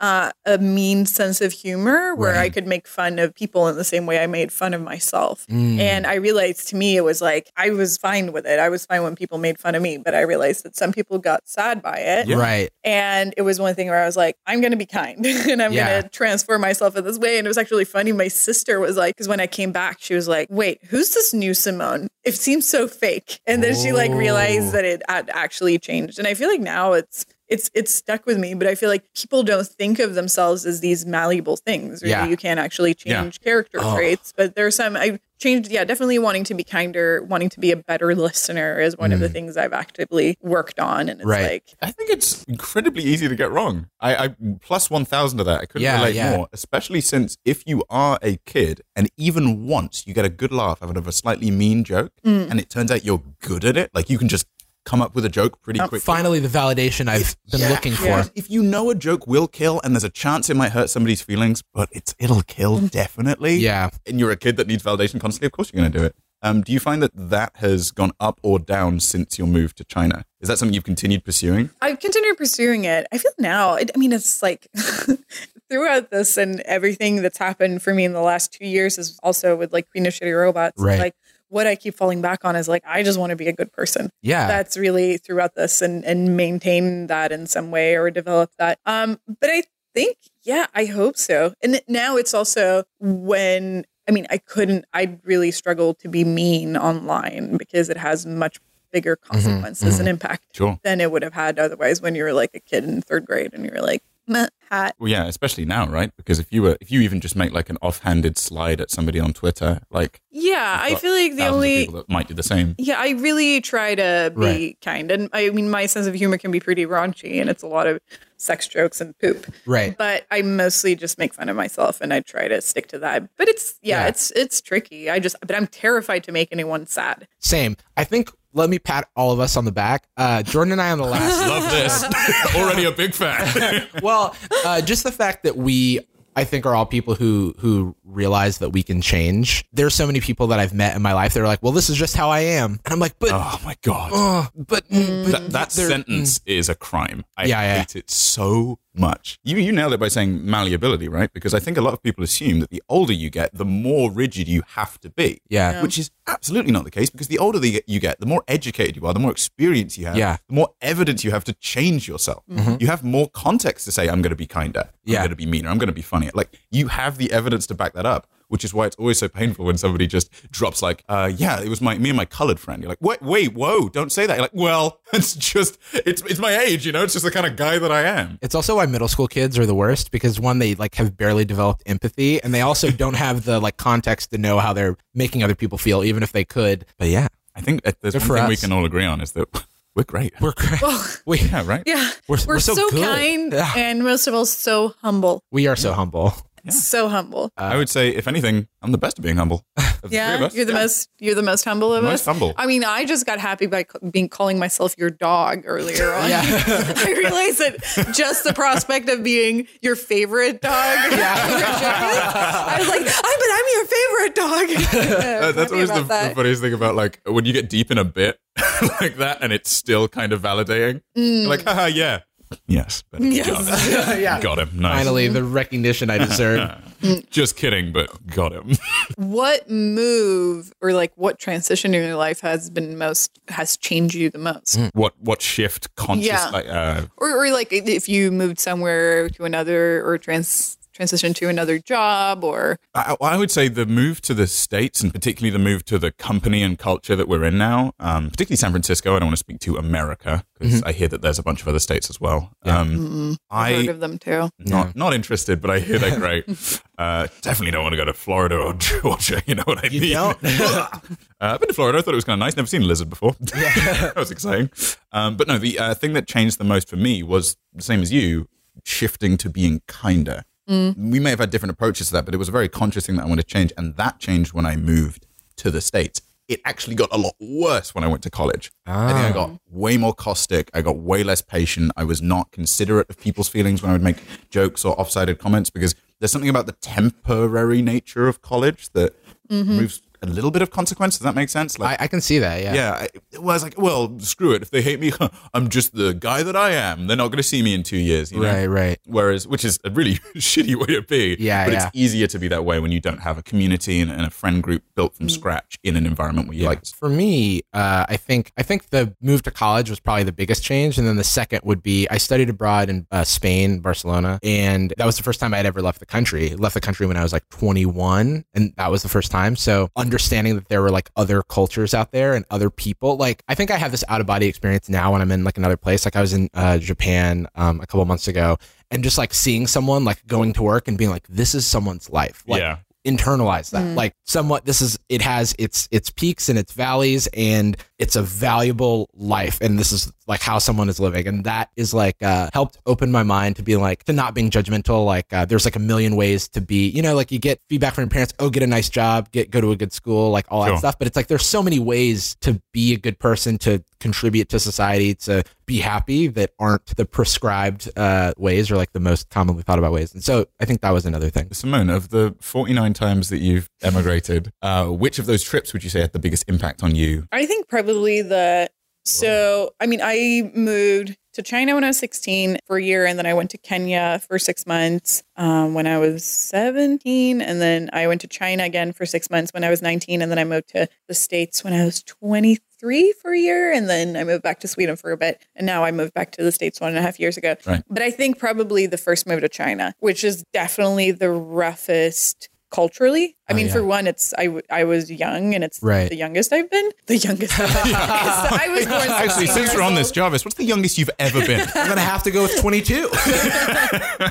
uh, a mean sense of humor where I
Right.
could make fun of people in the same way I made fun of myself. And I realized to me, it was like I was fine with it. I was fine when people made fun of me, but I realized that some people got sad by it.
Yeah.
Right.
And it was one thing where I was like, I'm going to be kind and I'm
Yeah.
going to transform myself in this way. And it was actually funny. My sister was like, because when I came back, she was like, wait, who's this new Simone? It seems so fake. And then she like
Oh.
realized that it had actually changed. And I feel like now it's, it's, it's stuck with me, but I feel like people don't think of themselves as these malleable things. Really.
Yeah.
You can't actually
Yeah.
change character
Oh.
traits, but there are some I changed. Yeah, definitely wanting to be kinder, wanting to be a better listener is one of the things I've actively worked on. And it's
Mm. Right.
like,
I think it's incredibly easy to get wrong. I, I plus one thousand of that. I couldn't
Yeah,
relate
yeah.
more, especially since if you are a kid and even once you get a good laugh out of a slightly mean joke,
Mm.
and it turns out you're good at it, like you can just come up with a joke pretty quickly.
Finally, the validation I've been
Yeah.
looking for.
Yeah.
If you know a joke will kill, and there's a chance it might hurt somebody's feelings, but it's it'll kill definitely.
Mm. Yeah.
and you're a kid that needs validation constantly. Of course, you're going to do it. Um, do you find that that has gone up or down since your move to China? Is that something you've continued pursuing?
I've continued pursuing it. I feel now, it, I mean, it's like throughout this and everything that's happened for me in the last two years is also with like Queen of Shitty Robots. It's
Right.
Like what I keep falling back on is like, I just want to be a good person.
Yeah.
That's really throughout this and, and maintain that in some way or develop that. Um, but I think, yeah, I hope so. And now it's also when, I mean, I couldn't, I really struggled to be mean online because it has much bigger
Mm-hmm.
consequences and impact
Sure.
than it would have had otherwise when you were like a kid in third grade and you were like, Meh, hat.
Well, yeah, especially now, right? Because if you were, if you even just make like an offhanded slide at somebody on Twitter, like
Yeah, I
got
feel like the
thousands of
only.
people that might do the same.
Yeah, I really try to be
Right.
kind. And I mean, my sense of humor can be pretty raunchy and it's a lot of sex jokes and poop.
right.
But I mostly just make fun of myself and I try to stick to that. But it's, yeah,
Yeah.
it's, it's tricky. I just, but I'm terrified to make anyone sad.
Same. I think. Let me pat all of us on the back. Uh, Jordan and I on the last.
Love this. Already a big fan.
well, uh, just the fact that we, I think, are all people who who realize that we can change. There's so many people that I've met in my life that are like, "Well, this is just how I am," and I'm like, "But,
oh my god,
uh, but, mm, but
that, that
they're-
sentence is a crime. I
Yeah, yeah.
hate it so much. You you nailed it by saying malleability, right? Because I think a lot of people assume that the older you get, the more rigid you have to be.
Yeah.
which is absolutely not the case. Because the older the- you get, the more educated you are, the more experience you have,
Yeah. Mm-hmm.
the more evidence you have to change yourself. You have more context to say, "I'm going to be kinder,"
Yeah.
"I'm going to be meaner," "I'm going to be funnier." Like you have the evidence to back that up. Which is why it's always so painful when somebody just drops like, uh, "Yeah, it was my me and my colored friend." You're like, "Wait, wait, whoa, don't say that." You're like, "Well, it's just it's it's my age, you know. It's just the kind of guy that I am."
It's also why middle school kids are the worst because one, they like have barely developed empathy, and they also don't have the like context to know how they're making other people feel, even if they could. But yeah,
I think that there's
Good
one
for
thing we
us.
can all agree on is that we're great.
we're we
yeah, right.
Yeah.
We're- we're so good.
kind
Yeah.
and most of all, so humble.
we are so humble.
So humble.
I would say, if anything, I'm the best at being humble. Of the three of
Yeah,
us.
you're the most you're the most humble of
Most
us.
humble.
I mean, I just got happy by c- being calling myself your dog earlier on.
Yeah.
I realized that just the prospect of being your favorite dog. I was like, I but I'm your favorite dog.
Uh, that's
Happy
always the,
about that.
the funniest thing about like when you get deep in a bit like that and it's still kind of validating. You're Like,
Mm.
haha, yeah. Yes. better
Yes.
job.
yeah.
Got him. Nice.
Finally, the recognition I deserve.
Just kidding, but got him.
What move or like what transition in your life has been most has changed you the most?
what what shift conscious
Yeah.
like uh
Or, or like if you moved somewhere to another or trans transitioned to another job or
I, I would say the move to the states and particularly the move to the company and culture that we're in now, um, particularly San Francisco. I don't want to speak to America because
Mm-hmm.
I hear that there's a bunch of other states as well. Um, I
heard of them too.
Not not interested, but I hear they're great. uh, definitely don't want to go to Florida or Georgia. You know what I mean?
don't?
uh, I've been to Florida. I thought it was kind of nice. Never seen a lizard before. that was exciting. Um, but no, the uh, thing that changed the most for me was the same as you, shifting to being kinder. We may have had different approaches to that, but it was a very conscious thing that I wanted to change, and that changed when I moved to the states. It actually got a lot worse when I went to college. I think I got way more caustic. I got way less patient. I was not considerate of people's feelings when I would make jokes or offsided comments because there's something about the temporary nature of college that removes a little bit of consequence. Does that make sense? Like,
I, I can see that. Yeah.
yeah, I, it was like, well, screw it. If they hate me, I'm just the guy that I am. They're not going to see me in two years. You know?
Right. Right.
Whereas, which is a really shitty way to be.
Yeah,
But
yeah.
it's easier to be that way when you don't have a community and, and a friend group built from scratch in an environment where you like.
for me, uh, I think I think the move to college was probably the biggest change, and then the second would be I studied abroad in uh, Spain, Barcelona, and that was the first time I had ever left the country. Left the country when I was like 21, and that was the first time. So understanding that there were like other cultures out there and other people, like I think I have this out of body experience now when I'm in like another place. Like I was in uh, Japan um, a couple months ago. And just like seeing someone like going to work and being like, this is someone's life. Like,
yeah.
internalize that
Mm.
like somewhat this is it has its its peaks and its valleys and it's a valuable life and this is like how someone is living and that is like uh helped open my mind to be like to not being judgmental like uh, there's like a million ways to be you know like you get feedback from your parents oh get a nice job get go to a good school like all
Sure.
that stuff but it's like there's so many ways to be a good person to contribute to society to be happy that aren't the prescribed uh ways or like the most commonly thought about ways and so i think that was another thing
Simone, of the 49 times that you've emigrated, uh, which of those trips would you say had the biggest impact on you?
I think probably the so I mean I moved to China when I was 16 for a year and then I went to Kenya for 6 months um, when I was 17 and then I went to China again for 6 months when I was 19 and then I moved to the states when I was 23 for a year and then I moved back to Sweden for a bit and now I moved back to the states one and a half years ago
Right.
but I think probably the first move to China which is definitely the roughest culturally I
Oh,
mean
yeah.
for one it's I, w- I was young and it's
Right.
the youngest I've been. The youngest. I've been. I was born.
Actually,
16
since
years
we're on this,
old.
Jarvis, what's the youngest you've ever been?
I'm gonna have to go with 22.
no,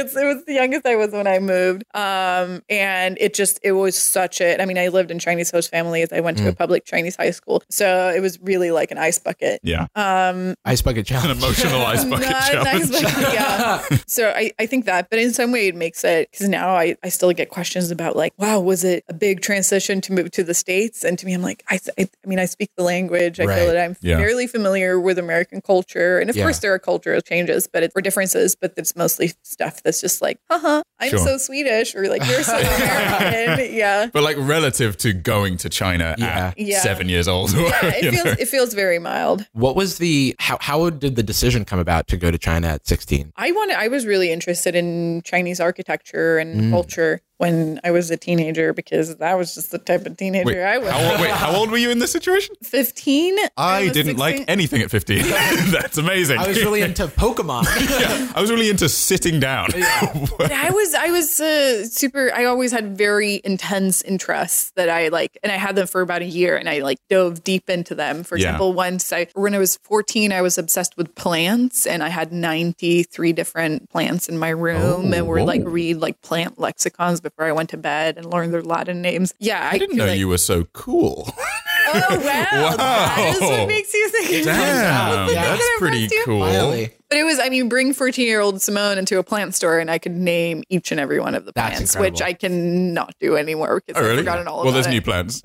it's, it was the youngest I was when I moved. Um, and it just it was such a. I mean, I lived in Chinese host families. I went to
Mm.
a public Chinese high school, so it was really like an ice bucket.
yeah.
Um,
Ice bucket
An
challenge.
emotional ice
not
bucket
an ice
challenge.
bucket, yeah. So I, I think that, but in some way it makes it because now I, I still get questions about like, wow, was it a big transition to move to the states? And to me, I'm like, I I, I mean, I speak the language. I
Right.
feel that I'm
Yeah.
fairly familiar with American culture, and of
Yeah.
course there are cultural changes, but it, or differences, but it's mostly stuff that's just like, uh huh, I'm
Sure.
so Swedish, or like you're so American, yeah.
But like relative to going to China
Yeah.
at
Yeah.
seven years old.
Yeah,
you
it
know?
feels it feels very mild.
What was the how how did the decision come about to go to China at 16?
I wanted. I was really interested in Chinese architecture and
Mm.
culture when I was a teenager because that was just the type of teenager
Wait,
I was.
how old, wait, how old were you in this situation?
Fifteen.
I,
was
didn't
16.
like anything at 15. That's amazing.
I was really into Pokemon.
Yeah, I was really into sitting down.
I was. I was uh, super. I always had very intense interests that I like, and I had them for about a year, and I like dove deep into them. For
Yeah.
example, once I when I was fourteen, I was obsessed with plants, and I had ninety three different plants in my room,
Oh,
and would like
whoa.
read like plant lexicons before I went to bed and learn their Latin names. Yeah,
I didn't
could,
know
like-
you were so cool.
Oh, wow. That is
Wow.
what makes you think.
Damn,
That's
that's
kind of
pretty
impressed you.
cool.
Finally.
But it was, I mean, bring 14 year old Simone into a plant store and I could name each and every one of the
That's
plants,
incredible.
which I cannot do anymore because
Oh,
I've
really?
forgotten all
well,
about
there's
it.
new plans.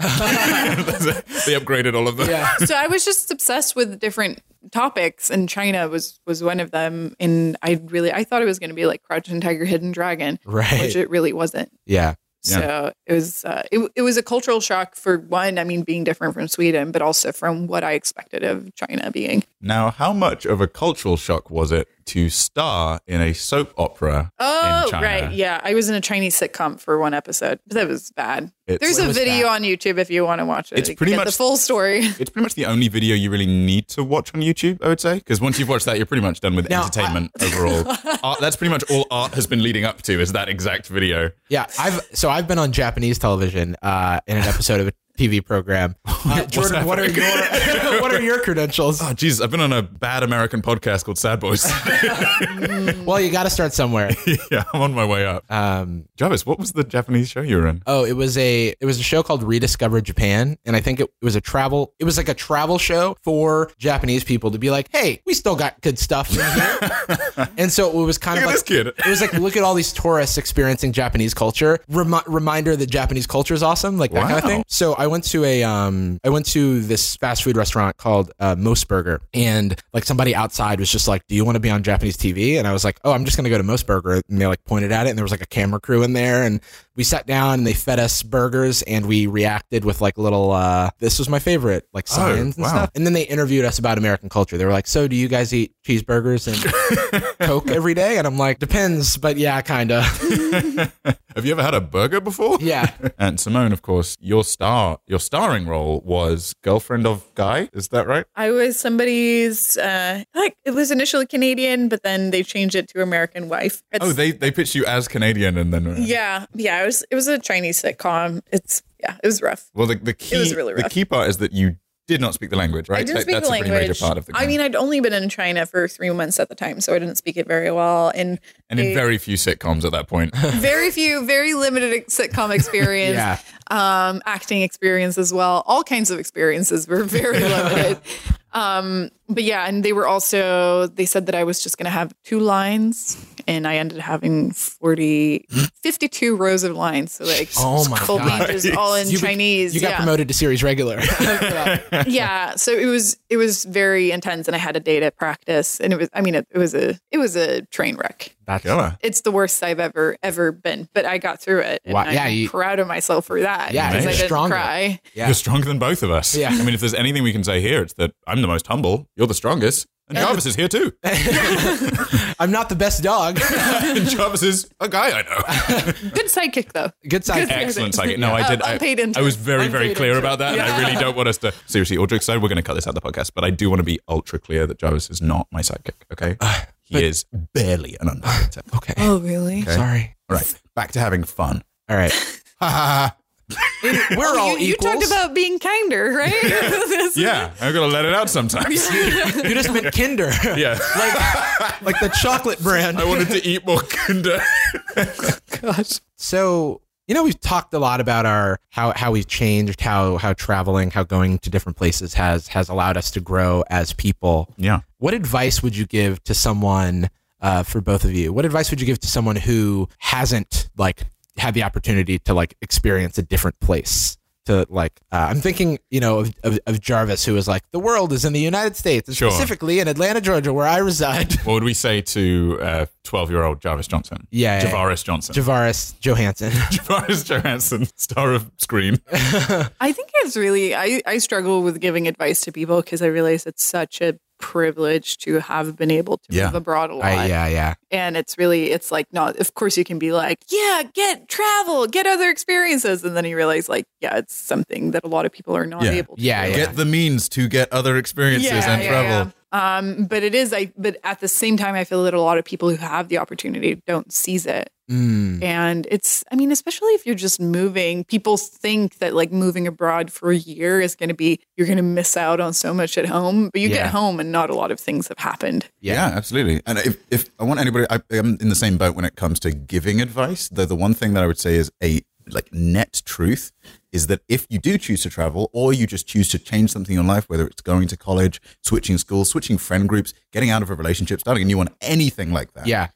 they upgraded all of them.
Yeah.
so I was just obsessed with different topics and China was was one of them and I really I thought it was going to be like Crouching Tiger Hidden Dragon
Right.
which it really wasn't
Yeah.
Yeah.
so it was uh, it, it was a cultural shock for one I mean being different from Sweden but also from what I expected of China being
Now, how much of a cultural shock was it to star in a soap opera
oh
in China?
right yeah I was in a Chinese sitcom for one episode but that was bad
It's-
there's
What
a
was
video
that?
on YouTube if you want to watch it
It's pretty
get
much-
the full story
It's pretty much the only video you really need to watch on YouTube, I would say, because once you've watched that, you're pretty much done with
Now,
entertainment overall. art, that's pretty much all art has been leading up to is that exact video.
Yeah, I've so I've been on Japanese television uh, in an episode of a TV program. Uh, Jordan, what are your what are your credentials?
Oh, Jesus, I've been on a bad American podcast called Sad Boys.
Well, you got to start somewhere.
yeah, I'm on my way up.
Um,
Jarvis, what was the Japanese show you were in?
Oh, it was a it was a show called Rediscover Japan, and I think it, was a travel. It was like a travel show for Japanese people to be like, "Hey, we still got good stuff." In here. and so it was kind
Look
of
at
like
this kid.
it was like look at all these tourists experiencing Japanese culture. Remi- reminder that Japanese culture is awesome, like that kind of
Wow.
thing. So I went to a um I went to this fast food restaurant called uh, Most Burger, and like somebody outside was just like, "Do you want to be on Japanese TV?" And I was like, "Oh, I'm just gonna go to Most Burger." And they like pointed at it, and there was like a camera crew in there, and we sat down and they fed us burgers, and we reacted with like little uh this was my favorite like signs and
Oh, wow.
stuff. And then they interviewed us about American culture. They were like, "So do you guys eat cheeseburgers and Coke every day?" And I'm like, "Depends, but yeah, kind of."
Have you ever had a burger before?
yeah.
And Simone, of course, your star, your starring role was girlfriend of guy. Is that right?
I was somebody's. Uh, like it was initially Canadian, but then they changed it to American wife. It's,
Oh, they they pitched you as Canadian, and then
yeah, yeah. It was it was a Chinese sitcom. It's yeah, it was rough.
Well, the, the key
was really
the
rough.
key part is that you did not speak the language, right?
I didn't
That-
speak
That's
the
a pretty
language.
major part of the. Game.
I mean, I'd only been in China for three months at the time, so I didn't speak it very well, and
and in very few sitcoms at that point.
very few, very limited sitcom experience,
Yeah.
um, acting experience as well. All kinds of experiences were very limited. Um, but yeah, and they were also, they said that I was just going to have two lines, and I ended up having 40, 52 rows of lines. So, like,
Oh my
full
God.
pages all in
You be-
Chinese.
You got
yeah.
promoted to series regular.
yeah. So it was, it was very intense, and I had a day to practice. And it was, I mean, it, it was a, it was a train wreck
That's
yeah.
it's the worst I've ever ever been, but I got through it. And
Wow,
I'm
yeah, you-
proud of myself for that.
Yeah,
because
you're
I didn't
stronger.
cry.
Yeah.
You're stronger than both of us.
Yeah.
I mean, if there's anything we can say here, it's that I'm the most humble. You're the strongest. And Jarvis is here too.
I'm not the best dog.
and Jarvis is a guy I know.
Good sidekick though.
Good side.
Excellent psychic. No, I
Yeah.
did.
Uh,
I,
unpaid intern.
I was very, very
Unpaid
clear
intern.
about that. And I
Yeah.
really don't want us to. Seriously, Aldrich said we're going to cut this out of the podcast, but I do want to be ultra clear that Jarvis is not my sidekick, okay? he is barely an unpaid intern.
Okay.
Oh really?
Sorry.
All right, back to having fun.
All right. We're all
Oh, you, you
equals.
talked about being kinder, right? This-
Yeah, I'm gonna let it out sometimes.
you just meant Kinder,
yeah,
like like the chocolate brand.
I wanted to eat more kinder.
Gosh.
So you know we've talked a lot about our how how we've changed, how how traveling, how going to different places has has allowed us to grow as people.
Yeah.
What advice would you give to someone uh, for both of you? What advice would you give to someone who hasn't like had the opportunity to like experience a different place? To like, uh, I'm thinking, you know, of, of, of Jarvis, who is like, the world is in the United States, and
Sure.
specifically in Atlanta, Georgia, where I reside.
What would we say to uh, twelve-year-old Jarvis Johnson?
Yeah.
Javaris Johnson.
Javaris Johansson.
Javaris Johansson, star of Scream.
I think it's really I, I struggle with giving advice to people because I realize it's such a privilege to have been able to
Yeah.
move abroad a lot.
I, yeah, yeah.
And it's really, it's like, no, of course you can be like, yeah, get travel, get other experiences. And then you realize, like, yeah, it's something that a lot of people are not
Yeah.
able to
Yeah,
do.
yeah.
Get the means to get other experiences and travel.
yeah. Um, but it is, I, but at the same time, I feel that a lot of people who have the opportunity don't seize it.
Mm.
And it's, I mean, especially if you're just moving, people think that like moving abroad for a year is going to be, you're going to miss out on so much at home, but you
Yeah.
get home and not a lot of things have happened.
Yeah.
Yeah. absolutely. And if, if I want anybody, I am in the same boat when it comes to giving advice. Though the one thing that I would say is a like net truth is that if you do choose to travel or you just choose to change something in your life, whether it's going to college, switching schools, switching friend groups, getting out of a relationship, starting a new one, anything like that
Yeah.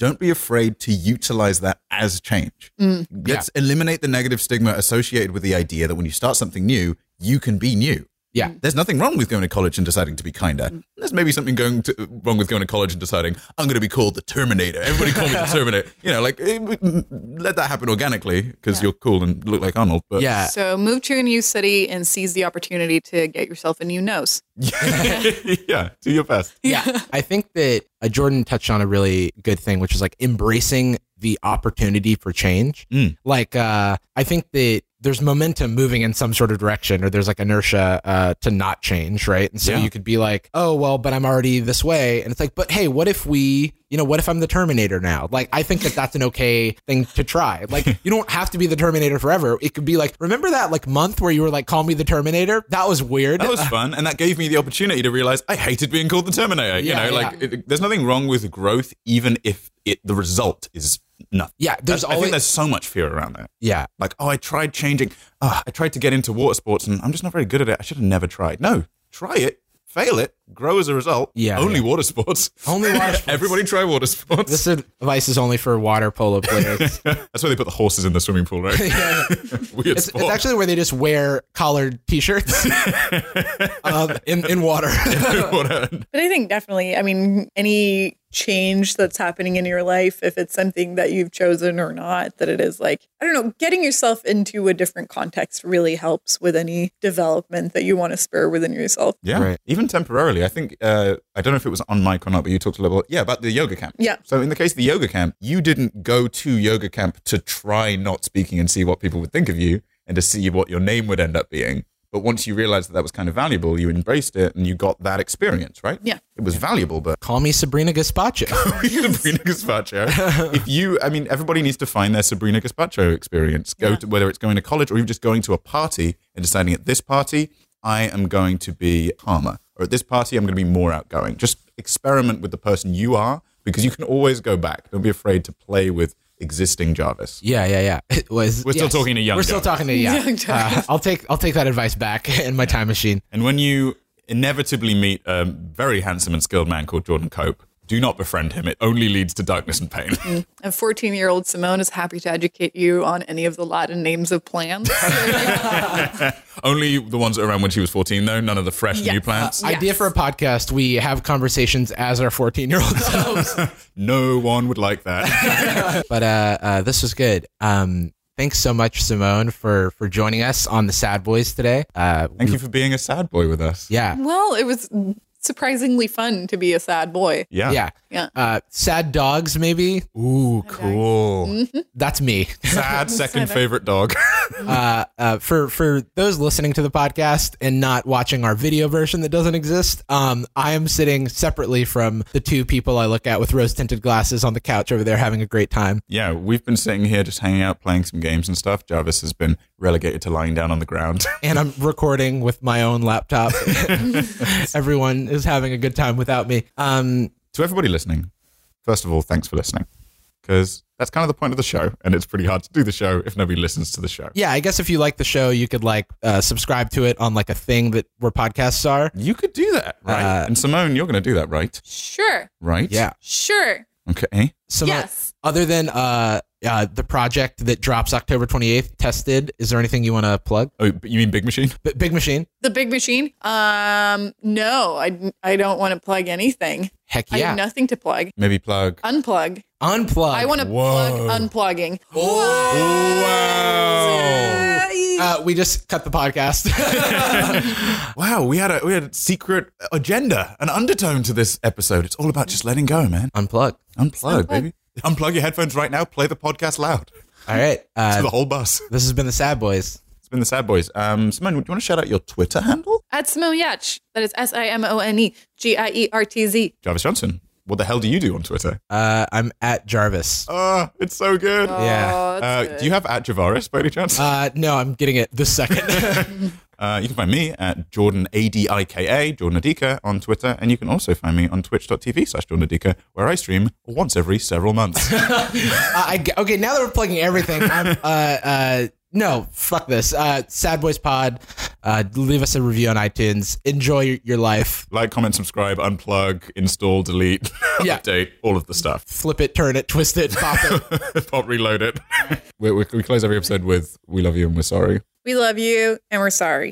don't be afraid to utilize that as change.
Mm.
Let's eliminate the negative stigma associated with the idea that when you start something new, you can be new.
Yeah. Mm.
There's nothing wrong with going to college and deciding to be kinder. There's maybe something going to, wrong with going to college and deciding I'm going to be called the Terminator. Everybody call me the Terminator. You know, like eh, w- m- let that happen organically because you're cool and look like Arnold. But
Yeah.
So move to a new city and seize the opportunity to get yourself a new nose.
yeah, do your best.
yeah i think that uh, jordan touched on a really good thing which is like embracing the opportunity for change
Mm.
like uh i think that there's momentum moving in some sort of direction or there's like inertia uh to not change right and so
Yeah.
you could be like oh well but i'm already this way and it's like but hey what if we you know what if i'm the terminator now like i think that that's an okay thing to try like you don't have to be the terminator forever it could be like remember that like month where you were like call me the terminator that was weird
That was fun, and that gave me the opportunity to realize I hated being called the Terminator. You
Yeah,
know,
yeah.
like it, there's nothing wrong with growth, even if it the result is nothing.
yeah there's
I, I
always
think there's so much fear around that.
yeah
Like, oh, I tried changing. ah, I tried to get into water sports, and I'm just not very good at it. I should have never tried. No, try it, fail it, grow as a result.
Yeah,
only
yeah.
water sports.
Only water sports.
Everybody try water sports.
This advice is only for water polo players.
That's where they put the horses in the swimming pool, right? Weird
It's,
sport.
it's actually where they just wear collared t-shirts um, in, in water.
Water.
But I think definitely, I mean, any change that's happening in your life, if it's something that you've chosen or not, that it is like, I don't know, getting yourself into a different context really helps with any development that you want to spur within yourself.
Yeah,
Right.
even temporarily. I think uh, I don't know if it was on mic or not, but you talked a little. Yeah, about the yoga camp.
Yeah.
So in the case of the yoga camp, you didn't go to yoga camp to try not speaking and see what people would think of you and to see what your name would end up being. But once you realized that that was kind of valuable, you embraced it and you got that experience, right?
Yeah.
It was valuable, but
Call me Sabrina Gazpacho.
Sabrina Gazpacho. if you, I mean, everybody needs to find their Sabrina Gazpacho experience. Go to whether it's going to college or even just going to a party and deciding at this party I am going to be calmer, or at this party I'm going to be more outgoing. Just experiment with the person you are because you can always go back. Don't be afraid to play with existing Jarvis.
Yeah, yeah, yeah. It was,
We're still talking to young
We're still
Jarvis.
talking to yeah.
Young Jarvis.
Uh, I'll take I'll take that advice back in my time machine.
And when you inevitably meet a very handsome and skilled man called Jordan Cope, do not befriend him. It only leads to darkness and pain.
And 14 year old Simone is happy to educate you on any of the Latin names of plants.
only the ones that were around when she was 14, though. None of the fresh new plants.
Idea for a podcast: we have conversations as our fourteen-year-old selves.
No one would like that.
but uh, uh, this was good. Um, thanks so much, Simone, for for joining us on the Sad Boys today. Uh,
Thank you for being a sad boy with us.
yeah,
well, it was surprisingly fun to be a sad boy.
Yeah.
yeah,
Yeah.
Uh, sad dogs, maybe.
Ooh, cool.
That's me.
Mm. Sad second favorite dog.
uh, uh, for for those listening to the podcast and not watching our video version that doesn't exist, um, I am sitting separately from the two people I look at with rose tinted glasses on the couch over there having a great time.
yeah, we've been sitting here just hanging out, playing some games and stuff. Jarvis has been relegated to lying down on the ground.
And I'm recording with my own laptop. Everyone is having a good time without me. Um,
to everybody listening, first of all, thanks for listening. Because that's kind of the point of the show. And it's pretty hard to do the show if nobody listens to the show.
yeah, I guess if you like the show, you could like uh, subscribe to it on like a thing that where podcasts are.
You could do that, right? Uh, and Simone, you're going to do that, right?
Sure.
Right?
Yeah.
Sure.
Okay.
So
Yes.
other than uh, uh, the project that drops October 28th, tested, is there anything you want to plug?
Oh, but you mean Big Machine?
B- Big Machine?
The big machine? Um, no, I, I don't want to plug anything.
Heck
I
yeah.
have nothing to plug.
Maybe plug.
Unplug.
Unplug.
I want to plug unplugging.
Oh, Wow.
Uh, we just cut the podcast.
Wow, we had a we had a secret agenda, an undertone to this episode. It's all about just letting go, man.
Unplug.
Unplug, baby. Unplug your headphones right now. Play the podcast loud
All right.
to
Uh,
the whole bus.
this has been the Sad Boys.
It's been the Sad Boys. Um, Simone, do you want to shout out your Twitter handle?
At Simone Yatch. That is S I M O N E G I E R T Z.
Jarvis Johnson. What the hell do you do on Twitter?
Uh, I'm at Jarvis.
Oh, it's so good.
Yeah.
Uh, do you have at Javaris by any chance?
Uh, no, I'm getting it this second.
Uh, you can find me at Jordan A-D-I-K-A, Jordan Adika on Twitter. And you can also find me on twitch.tv slash Jordan Adika, where I stream once every several months.
I, I- okay, now that we're plugging everything, I'm, uh, uh, no, fuck this. Uh, Sad Boys Pod, uh, leave us a review on iTunes. Enjoy your life.
Like, comment, subscribe, unplug, install, delete,
Yeah.
update, all of the stuff.
Flip it, turn it, twist it, pop it.
Pop reload it. we, we, we close every episode with "We love you and we're sorry."
We love you and we're sorry.